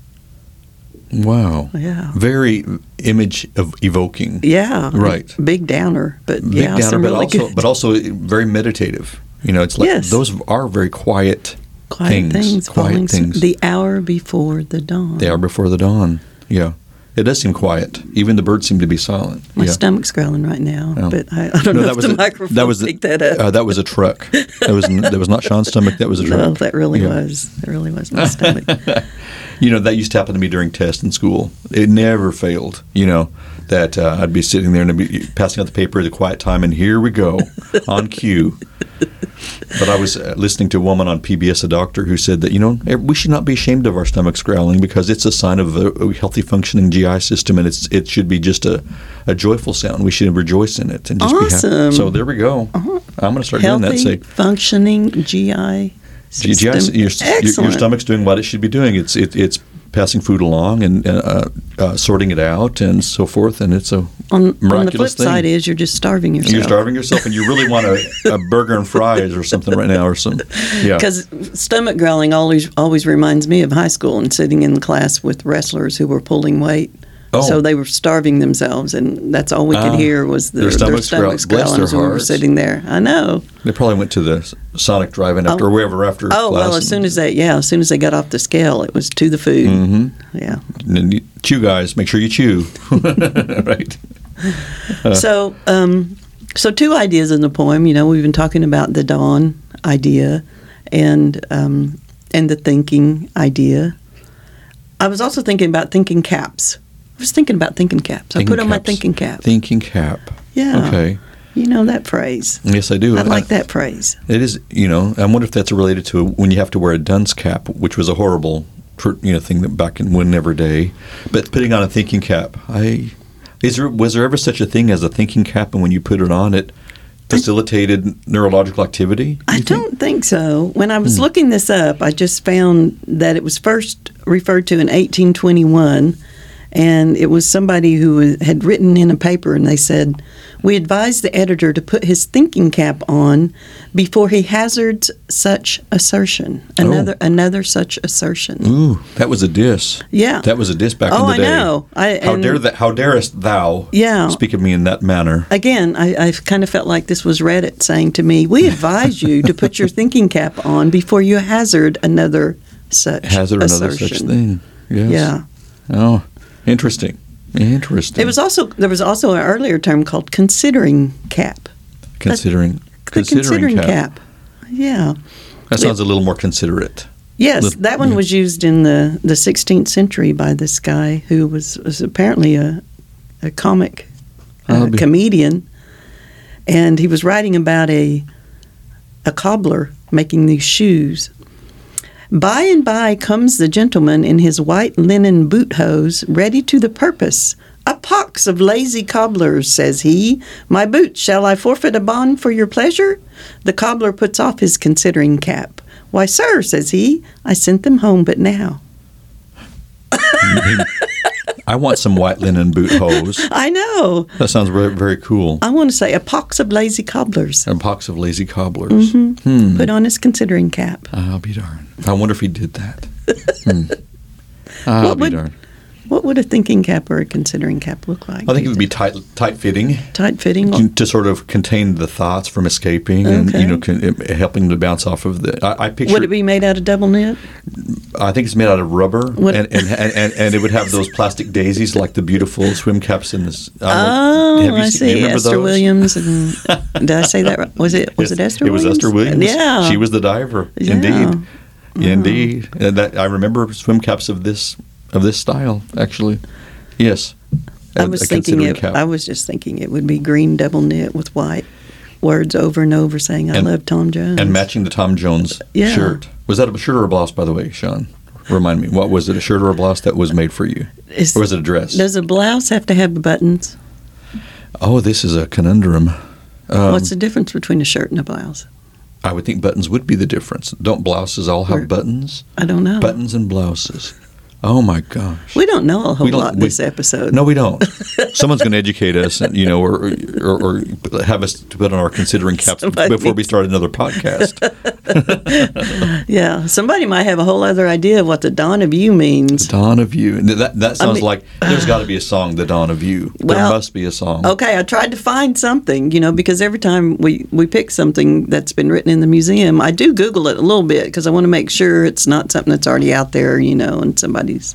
[SPEAKER 2] wow.
[SPEAKER 1] Yeah.
[SPEAKER 2] Very image of evoking.
[SPEAKER 1] Yeah.
[SPEAKER 2] Right.
[SPEAKER 1] Big downer, but
[SPEAKER 2] Big
[SPEAKER 1] yeah,
[SPEAKER 2] downer,
[SPEAKER 1] some
[SPEAKER 2] but
[SPEAKER 1] really
[SPEAKER 2] also
[SPEAKER 1] good
[SPEAKER 2] but also very meditative. You know, it's like
[SPEAKER 1] Yes.
[SPEAKER 2] those are very quiet.
[SPEAKER 1] quiet
[SPEAKER 2] things,
[SPEAKER 1] things.
[SPEAKER 2] quiet
[SPEAKER 1] falling s-
[SPEAKER 2] things.
[SPEAKER 1] The hour before the dawn.
[SPEAKER 2] They are before the dawn. Yeah. It does seem quiet. Even the birds seem to be silent.
[SPEAKER 1] My
[SPEAKER 2] yeah.
[SPEAKER 1] stomach's growling right now,
[SPEAKER 2] Oh.
[SPEAKER 1] but I, I don't know if the microphone
[SPEAKER 2] that was a-
[SPEAKER 1] picked that up.
[SPEAKER 2] Uh, that was a truck. That was n- that was not Sean's stomach. That was a truck.
[SPEAKER 1] no, that really
[SPEAKER 2] Yeah.
[SPEAKER 1] was. That really was my stomach.
[SPEAKER 2] You know, that used to happen to me during tests in school. It never failed. You know, that uh, I'd be sitting there and I'd be passing out the paper at a quiet time, and here we go on cue. But I was uh, listening to a woman on PBS, a doctor, who said that, you know, eh, we should not be ashamed of our stomachs growling because it's a sign of a, a healthy functioning GI system and it's it should be just a, a joyful sound. We should rejoice in it and just be
[SPEAKER 1] Awesome.
[SPEAKER 2] happy. So there we go. I'm going to start doing that.
[SPEAKER 1] Healthy,
[SPEAKER 2] Say,
[SPEAKER 1] functioning GI
[SPEAKER 2] GI,
[SPEAKER 1] system.
[SPEAKER 2] your, your, your
[SPEAKER 1] Excellent.
[SPEAKER 2] stomach's doing what it should be doing. It's it, it's passing food along and uh, uh, sorting it out and so forth. And it's a
[SPEAKER 1] on, on the flip
[SPEAKER 2] miraculous thing.
[SPEAKER 1] side is you're just starving yourself.
[SPEAKER 2] you're starving yourself and you really want a, a burger and fries or something right now or some yeah.
[SPEAKER 1] Because stomach growling always always reminds me of high school and sitting in class with wrestlers who were pulling weight.
[SPEAKER 2] Oh.
[SPEAKER 1] So they were starving themselves, and that's all we could
[SPEAKER 2] Ah,
[SPEAKER 1] hear was their,
[SPEAKER 2] their
[SPEAKER 1] their
[SPEAKER 2] stomachs
[SPEAKER 1] stomachs,
[SPEAKER 2] growl- bless
[SPEAKER 1] growling
[SPEAKER 2] their
[SPEAKER 1] as we were
[SPEAKER 2] hearts.
[SPEAKER 1] sitting there. I know.
[SPEAKER 2] They probably went to the Sonic Drive-In after
[SPEAKER 1] Oh.
[SPEAKER 2] or wherever after.
[SPEAKER 1] Oh
[SPEAKER 2] class
[SPEAKER 1] well, as soon as they yeah, as soon as they got off the scale, it was to the food.
[SPEAKER 2] Mm-hmm.
[SPEAKER 1] Yeah.
[SPEAKER 2] and, and you- chew guys, make sure you chew. right.
[SPEAKER 1] so um, so two ideas in the poem. You know, we've been talking about the dawn idea and um, and the thinking idea. I was also thinking about thinking caps. I was thinking about thinking caps. I
[SPEAKER 2] Thinking
[SPEAKER 1] put on my
[SPEAKER 2] caps.
[SPEAKER 1] thinking cap.
[SPEAKER 2] Thinking cap.
[SPEAKER 1] yeah.
[SPEAKER 2] Okay.
[SPEAKER 1] You know that phrase.
[SPEAKER 2] Yes, I do.
[SPEAKER 1] I like
[SPEAKER 2] I-
[SPEAKER 1] that phrase.
[SPEAKER 2] It is, you know. I wonder if that's related to when you have to wear a dunce cap, which was a horrible, tr- you know, thing that back in whenever day. But putting on a thinking cap, I is there was there ever such a thing as a thinking cap? And when you put it on, it facilitated neurological activity.
[SPEAKER 1] I
[SPEAKER 2] you think? Hmm.
[SPEAKER 1] don't think so. When I was looking this up, I just found that it was first referred to in 1821, and it was somebody who was- had written in a paper, and they said, "We advise the editor to put his thinking cap on before he hazards such assertion."
[SPEAKER 2] Oh.
[SPEAKER 1] Another another such assertion.
[SPEAKER 2] Ooh, that was a diss.
[SPEAKER 1] Yeah.
[SPEAKER 2] Hmm. That was a diss back
[SPEAKER 1] Oh,
[SPEAKER 2] in the
[SPEAKER 1] I
[SPEAKER 2] day.
[SPEAKER 1] know. I-
[SPEAKER 2] how
[SPEAKER 1] and-
[SPEAKER 2] dare that? How darest thou?
[SPEAKER 1] Yeah.
[SPEAKER 2] Speak of me in that manner.
[SPEAKER 1] Again, I, I've kind of felt like this was Reddit saying to me, "We advise you to put your thinking cap on before you hazard another such
[SPEAKER 2] Hazard
[SPEAKER 1] assertion."
[SPEAKER 2] another such thing. Yes.
[SPEAKER 1] Yeah.
[SPEAKER 2] Oh, interesting. Interesting.
[SPEAKER 1] It was also there was also an earlier term called considering cap.
[SPEAKER 2] considering
[SPEAKER 1] The considering cap. Yeah.
[SPEAKER 2] That sounds a little more considerate.
[SPEAKER 1] Yes,
[SPEAKER 2] Lit-
[SPEAKER 1] that one
[SPEAKER 2] yeah.
[SPEAKER 1] was used in the, the 16th century by this guy who was, was apparently a, a comic
[SPEAKER 2] I'll
[SPEAKER 1] uh,
[SPEAKER 2] Oh, be-
[SPEAKER 1] comedian, and he was writing about a a cobbler making these shoes. By and by comes the gentleman in his white linen boot hose, ready to the purpose. A pox of lazy cobblers, says he. My boots, shall I forfeit a bond for your pleasure? The cobbler puts off his considering cap. Why, sir, says he, I sent them home but now.
[SPEAKER 2] I want some white linen boot hose.
[SPEAKER 1] I know.
[SPEAKER 2] That sounds very, very cool.
[SPEAKER 1] I want to say a pox of lazy cobblers.
[SPEAKER 2] And a box of lazy cobblers.
[SPEAKER 1] Mm-hmm. Put
[SPEAKER 2] Mm.
[SPEAKER 1] on his considering cap.
[SPEAKER 2] I'll be darned. I wonder if he did that. Hmm. I'll
[SPEAKER 1] What
[SPEAKER 2] be
[SPEAKER 1] would-
[SPEAKER 2] darned.
[SPEAKER 1] What would a thinking cap or a considering cap look like?
[SPEAKER 2] I think it would be tight, tight fitting
[SPEAKER 1] tight fitting.
[SPEAKER 2] to sort of contain the thoughts from escaping, and
[SPEAKER 1] Oh. Okay.
[SPEAKER 2] you know, can, it, helping them to bounce off of the. I, I picture.
[SPEAKER 1] Would it be made out of double knit?
[SPEAKER 2] I think it's made out of rubber,
[SPEAKER 1] Would-
[SPEAKER 2] and, and, and, and, and it would have those plastic daisies like the beautiful swim caps in this.
[SPEAKER 1] Oh,
[SPEAKER 2] have you
[SPEAKER 1] I
[SPEAKER 2] seen- do you
[SPEAKER 1] see.
[SPEAKER 2] remember
[SPEAKER 1] Esther
[SPEAKER 2] those?
[SPEAKER 1] Williams and did I say that right? Was it was it Esther?
[SPEAKER 2] It was Esther Williams.
[SPEAKER 1] Yeah,
[SPEAKER 2] she was the diver.
[SPEAKER 1] Yeah. Mm-hmm.
[SPEAKER 2] Indeed, indeed. And that I remember swim caps of this of this style actually. Yes,
[SPEAKER 1] I
[SPEAKER 2] A-
[SPEAKER 1] was
[SPEAKER 2] a
[SPEAKER 1] thinking
[SPEAKER 2] considering
[SPEAKER 1] it. I was just thinking it would be green double knit with white words over and over saying "I
[SPEAKER 2] And-
[SPEAKER 1] love Tom Jones."
[SPEAKER 2] and matching the Tom Jones
[SPEAKER 1] Yeah.
[SPEAKER 2] shirt. Was that a shirt or a blouse, by the way, Sean? Remind me, what was it? A shirt or a blouse that was made for you,
[SPEAKER 1] Is-
[SPEAKER 2] or was it a dress?
[SPEAKER 1] does a blouse have to have buttons?
[SPEAKER 2] oh, this is a conundrum. Um,
[SPEAKER 1] What's the difference between a shirt and a blouse?
[SPEAKER 2] I would think buttons would be the difference. Don't blouses
[SPEAKER 1] Or-
[SPEAKER 2] all
[SPEAKER 1] Oh.
[SPEAKER 2] have buttons?
[SPEAKER 1] I don't know.
[SPEAKER 2] Buttons and blouses. Oh my gosh.
[SPEAKER 1] we don't know a whole
[SPEAKER 2] We don't-
[SPEAKER 1] lot
[SPEAKER 2] we-
[SPEAKER 1] this episode.
[SPEAKER 2] No, we don't. Someone's going to educate us, and, you know, or, or, or have us to put on our considering caps
[SPEAKER 1] Somebody
[SPEAKER 2] before we start another podcast.
[SPEAKER 1] Yeah, somebody might have a whole other idea of what the dawn of you means.
[SPEAKER 2] Dawn of You. And That, that sounds
[SPEAKER 1] mean-
[SPEAKER 2] like there's got to be a song, The Dawn of You. there
[SPEAKER 1] Well, oh,
[SPEAKER 2] must be a song.
[SPEAKER 1] Okay, I tried to find something, you know, because every time we, we pick something that's been written in the museum, I do Google it a little bit because I want to make sure it's not something that's already out there, you know, and somebody's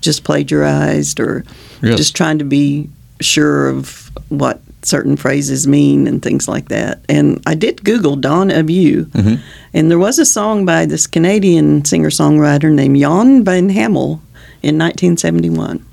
[SPEAKER 1] just plagiarized or
[SPEAKER 2] Yes.
[SPEAKER 1] just trying to be sure of what certain phrases mean and things like that. And I did Google Dawn of You,
[SPEAKER 2] Mm-hmm.
[SPEAKER 1] and there was a song by this Canadian singer songwriter named Jan Van Hamel in 1971,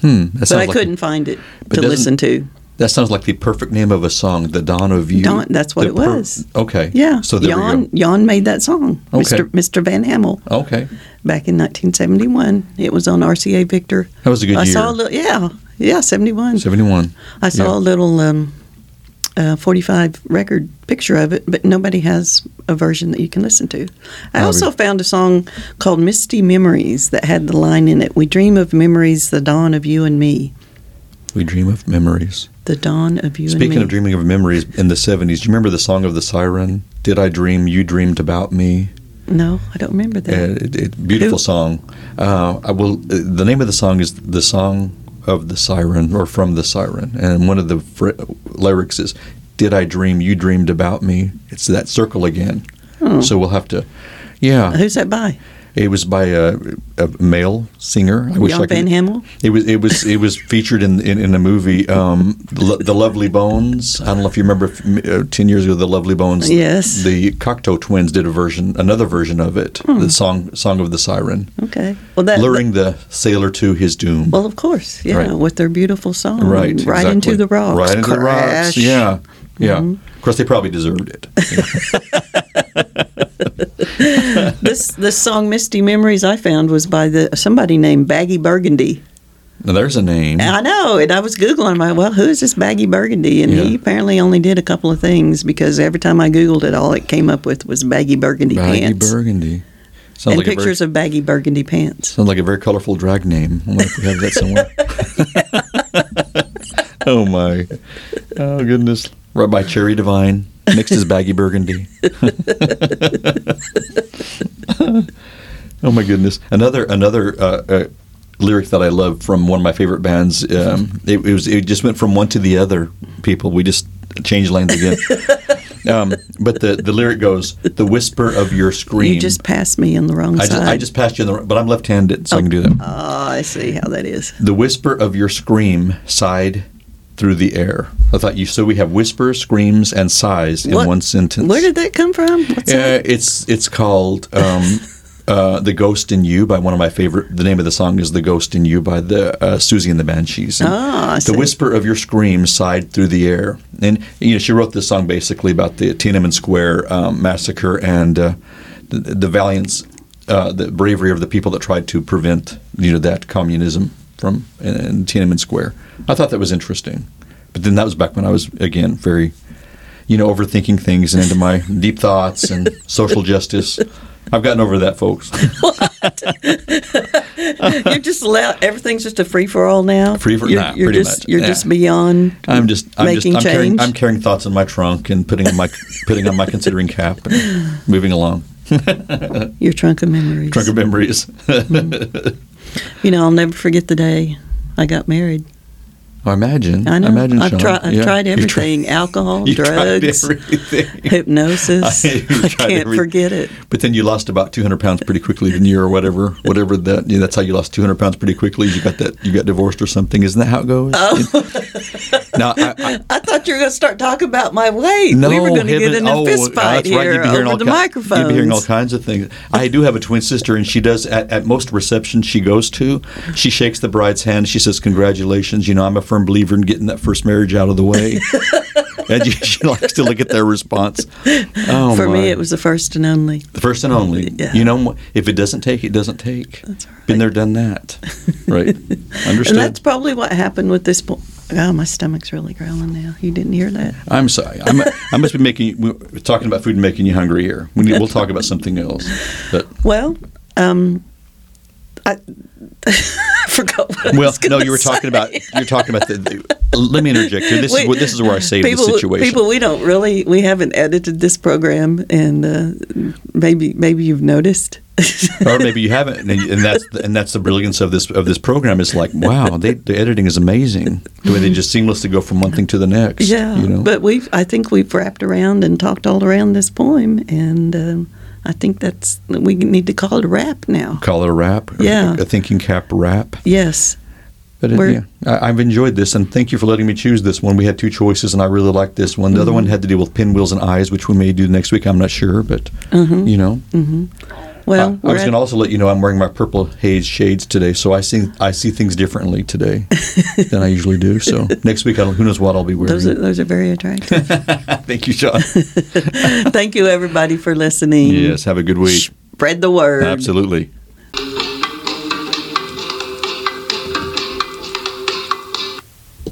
[SPEAKER 2] Hmm, That
[SPEAKER 1] but I
[SPEAKER 2] sounds like-
[SPEAKER 1] couldn't find it to
[SPEAKER 2] But doesn't-
[SPEAKER 1] listen to.
[SPEAKER 2] That sounds like the perfect name of a song, The Dawn of You.
[SPEAKER 1] Dawn- that's what
[SPEAKER 2] The
[SPEAKER 1] it was.
[SPEAKER 2] okay.
[SPEAKER 1] Yeah.
[SPEAKER 2] So there
[SPEAKER 1] Jan,
[SPEAKER 2] we go.
[SPEAKER 1] Jan made that song,
[SPEAKER 2] Okay.
[SPEAKER 1] Mr. Mr. Van Hamel,
[SPEAKER 2] Okay.
[SPEAKER 1] back in 1971. It was on RCA Victor.
[SPEAKER 2] That was a good
[SPEAKER 1] I
[SPEAKER 2] year.
[SPEAKER 1] saw a little, yeah, yeah, 71.
[SPEAKER 2] 71.
[SPEAKER 1] I saw
[SPEAKER 2] yeah.
[SPEAKER 1] a little um, uh, 45 record picture of it, but nobody has a version that you can listen to. I
[SPEAKER 2] Bobby.
[SPEAKER 1] also found a song called Misty Memories that had the line in it We dream of memories, the dawn of you and me.
[SPEAKER 2] We dream of memories.
[SPEAKER 1] The dawn of you and me.
[SPEAKER 2] Speaking of dreaming of memories in the 70s, do you remember the song of the siren? Did I dream you dreamed about me?
[SPEAKER 1] No, I don't remember that.
[SPEAKER 2] Uh, it, it, beautiful
[SPEAKER 1] Who-
[SPEAKER 2] song. Uh, I will. uh, The name of the song is the song of the siren or from the siren, and one of the fr- lyrics is, "Did I dream you dreamed about me?" It's that circle again.
[SPEAKER 1] Oh.
[SPEAKER 2] So we'll have to. Yeah,
[SPEAKER 1] Who's that by?
[SPEAKER 2] it was by a, a male singer. I wish
[SPEAKER 1] Jan
[SPEAKER 2] I could.
[SPEAKER 1] Van Hamel?
[SPEAKER 2] It was it was it was featured in in, in a movie, um, Lo- The Lovely Bones. I don't know if you remember if, uh, ten years ago, The Lovely Bones.
[SPEAKER 1] Yes.
[SPEAKER 2] The Cocteau Twins did a version, another version of it, the song Song of the Siren,
[SPEAKER 1] Okay. Well, that.
[SPEAKER 2] luring the sailor to his doom.
[SPEAKER 1] Well, of course, yeah,
[SPEAKER 2] Right.
[SPEAKER 1] with their beautiful song,
[SPEAKER 2] right,
[SPEAKER 1] right
[SPEAKER 2] exactly.
[SPEAKER 1] into the rocks,
[SPEAKER 2] right into the
[SPEAKER 1] Crash. Mm-hmm.
[SPEAKER 2] rocks. Yeah, yeah. Of course, they probably deserved it.
[SPEAKER 1] This this song, "Misty Memories," I found was by the somebody named Baggy Burgundy.
[SPEAKER 2] now, there's a name.
[SPEAKER 1] And I know, and I was googling, I'm like, well, who is this Baggy Burgundy? And he
[SPEAKER 2] Yeah.
[SPEAKER 1] apparently only did a couple of things because every time I googled it, all it came up with was Baggy Burgundy
[SPEAKER 2] Baggy
[SPEAKER 1] pants
[SPEAKER 2] Burgundy. Sounds
[SPEAKER 1] and
[SPEAKER 2] like a very,
[SPEAKER 1] pictures of Baggy Burgundy pants.
[SPEAKER 2] sounds like a very colorful drag name. I wonder if we have that somewhere. oh my! Oh goodness! Right by Cherry Divine. Next is Baggy Burgundy. Oh my goodness! Another another uh, uh, lyric that I love from one of my favorite bands. Um, it, it was it just went from one to the other. People, we just changed lanes again. um, but the the lyric goes: "The whisper of your scream."
[SPEAKER 1] You just passed me on the wrong
[SPEAKER 2] I
[SPEAKER 1] side.
[SPEAKER 2] just, I just passed you in the but I'm left-handed, so I can do that.
[SPEAKER 1] oh, I see how that is.
[SPEAKER 2] The whisper of your scream sighed through the air. I thought you. So we have whisper, screams, and sighs in
[SPEAKER 1] What-
[SPEAKER 2] one sentence.
[SPEAKER 1] Where did that come from? What's that?
[SPEAKER 2] Uh, it's it's called um, uh, "The Ghost in You" by one of my favorite. The name of the song is "The Ghost in You" by the uh, Susie and the Banshees. And
[SPEAKER 1] Ah, I see.
[SPEAKER 2] the whisper of your scream sighed through the air, and you know she wrote this song basically about the Tiananmen Square um, massacre and uh, the, the valiance, uh, the bravery of the people that tried to prevent you know that communism from in, in Tiananmen Square. I thought that was interesting, but then that was back when I was again very you know, overthinking things and into my deep thoughts and social justice. I've gotten over that, folks.
[SPEAKER 1] you're just allowed, everything's just a free for all now.
[SPEAKER 2] Free for-
[SPEAKER 1] you're,
[SPEAKER 2] nah,
[SPEAKER 1] you're
[SPEAKER 2] pretty
[SPEAKER 1] just
[SPEAKER 2] much.
[SPEAKER 1] you're
[SPEAKER 2] Yeah.
[SPEAKER 1] just beyond.
[SPEAKER 2] I'm just, I'm
[SPEAKER 1] Mm. Making
[SPEAKER 2] just, I'm carrying,
[SPEAKER 1] change.
[SPEAKER 2] I'm carrying thoughts in my trunk and putting on my, putting on my considering cap and moving along.
[SPEAKER 1] Your trunk of memories.
[SPEAKER 2] Trunk of memories.
[SPEAKER 1] you know, I'll never forget the day I got married.
[SPEAKER 2] I imagine.
[SPEAKER 1] I know.
[SPEAKER 2] Imagine,
[SPEAKER 1] I've,
[SPEAKER 2] Sean.
[SPEAKER 1] tri- I've
[SPEAKER 2] Yeah.
[SPEAKER 1] tried
[SPEAKER 2] You've tri-
[SPEAKER 1] everything: alcohol,
[SPEAKER 2] you've tried
[SPEAKER 1] drugs,
[SPEAKER 2] everything.
[SPEAKER 1] hypnosis.
[SPEAKER 2] I-
[SPEAKER 1] I,
[SPEAKER 2] you've tried
[SPEAKER 1] can't
[SPEAKER 2] everything.
[SPEAKER 1] forget it.
[SPEAKER 2] But then you lost about 200 pounds pretty quickly, didn't you, or whatever, whatever that. yeah, that's how you lost 200 pounds pretty quickly. You got that. You got divorced or something. Isn't that how it goes?
[SPEAKER 1] Oh.
[SPEAKER 2] now, I, I,
[SPEAKER 1] I thought you were going to start talking about my weight. we were going to get in
[SPEAKER 2] heaven-
[SPEAKER 1] a
[SPEAKER 2] oh,
[SPEAKER 1] fist fight
[SPEAKER 2] that's right, you'd
[SPEAKER 1] here
[SPEAKER 2] be hearing
[SPEAKER 1] over
[SPEAKER 2] all
[SPEAKER 1] the
[SPEAKER 2] ki-
[SPEAKER 1] microphone.
[SPEAKER 2] You'd be hearing all kinds of things. I do have a twin sister, and she does at, at most receptions she goes to. She shakes the bride's hand. She says, "Congratulations! You know, I'm a firm believer in getting that first marriage out of the way." and she, she likes to look at their response. Oh,
[SPEAKER 1] For
[SPEAKER 2] my.
[SPEAKER 1] me, it was the first and only.
[SPEAKER 2] the first and only.
[SPEAKER 1] Yeah.
[SPEAKER 2] You know, if it doesn't take, it doesn't take.
[SPEAKER 1] That's right.
[SPEAKER 2] Been there, done that. Right. Understood.
[SPEAKER 1] And that's probably what happened with this. Po- oh, my stomach's really growling now. You didn't hear that?
[SPEAKER 2] I'm sorry. I'm, I must be making we're talking about food and making you hungry here. We need, we'll talk about something else. But
[SPEAKER 1] Well, um, I, I forgot what I
[SPEAKER 2] well,
[SPEAKER 1] was gonna
[SPEAKER 2] no, you were
[SPEAKER 1] say.
[SPEAKER 2] talking about you're talking about the. the let me interject here. This
[SPEAKER 1] Wait.
[SPEAKER 2] is what this is where I save
[SPEAKER 1] people,
[SPEAKER 2] the situation.
[SPEAKER 1] People, we don't really, we haven't edited this program, and uh, maybe maybe you've noticed.
[SPEAKER 2] or maybe you haven't, and, and that's and that's the brilliance of this of this program. Is like wow, they, the editing is amazing. The way they just seamlessly go from one thing to the next.
[SPEAKER 1] yeah,
[SPEAKER 2] you know?
[SPEAKER 1] but we've, I think we've wrapped around and talked all around this poem, and um, I think that's we need to call it a wrap now.
[SPEAKER 2] call it a wrap. or
[SPEAKER 1] Yeah.
[SPEAKER 2] a thinking cap wrap.
[SPEAKER 1] Yes.
[SPEAKER 2] But it,
[SPEAKER 1] We're-
[SPEAKER 2] yeah, I, I've enjoyed this, and thank you for letting me choose this one. We had two choices, and I really liked this one. The
[SPEAKER 1] Mm-hmm.
[SPEAKER 2] other one had to deal with pinwheels and eyes, which we may do next week. I'm not sure, but
[SPEAKER 1] Mm-hmm.
[SPEAKER 2] you know,
[SPEAKER 1] Well,
[SPEAKER 2] Uh, I, I
[SPEAKER 1] we're
[SPEAKER 2] was
[SPEAKER 1] at-
[SPEAKER 2] going to also let you know I'm wearing my purple haze shades today, so I see I see things differently today than I usually do. So next week, I don't, who knows what I'll be wearing?
[SPEAKER 1] those are, those are very attractive.
[SPEAKER 2] thank you, Sean.
[SPEAKER 1] Thank you, everybody, for listening.
[SPEAKER 2] yes, have a good week.
[SPEAKER 1] Spread the word.
[SPEAKER 2] Absolutely.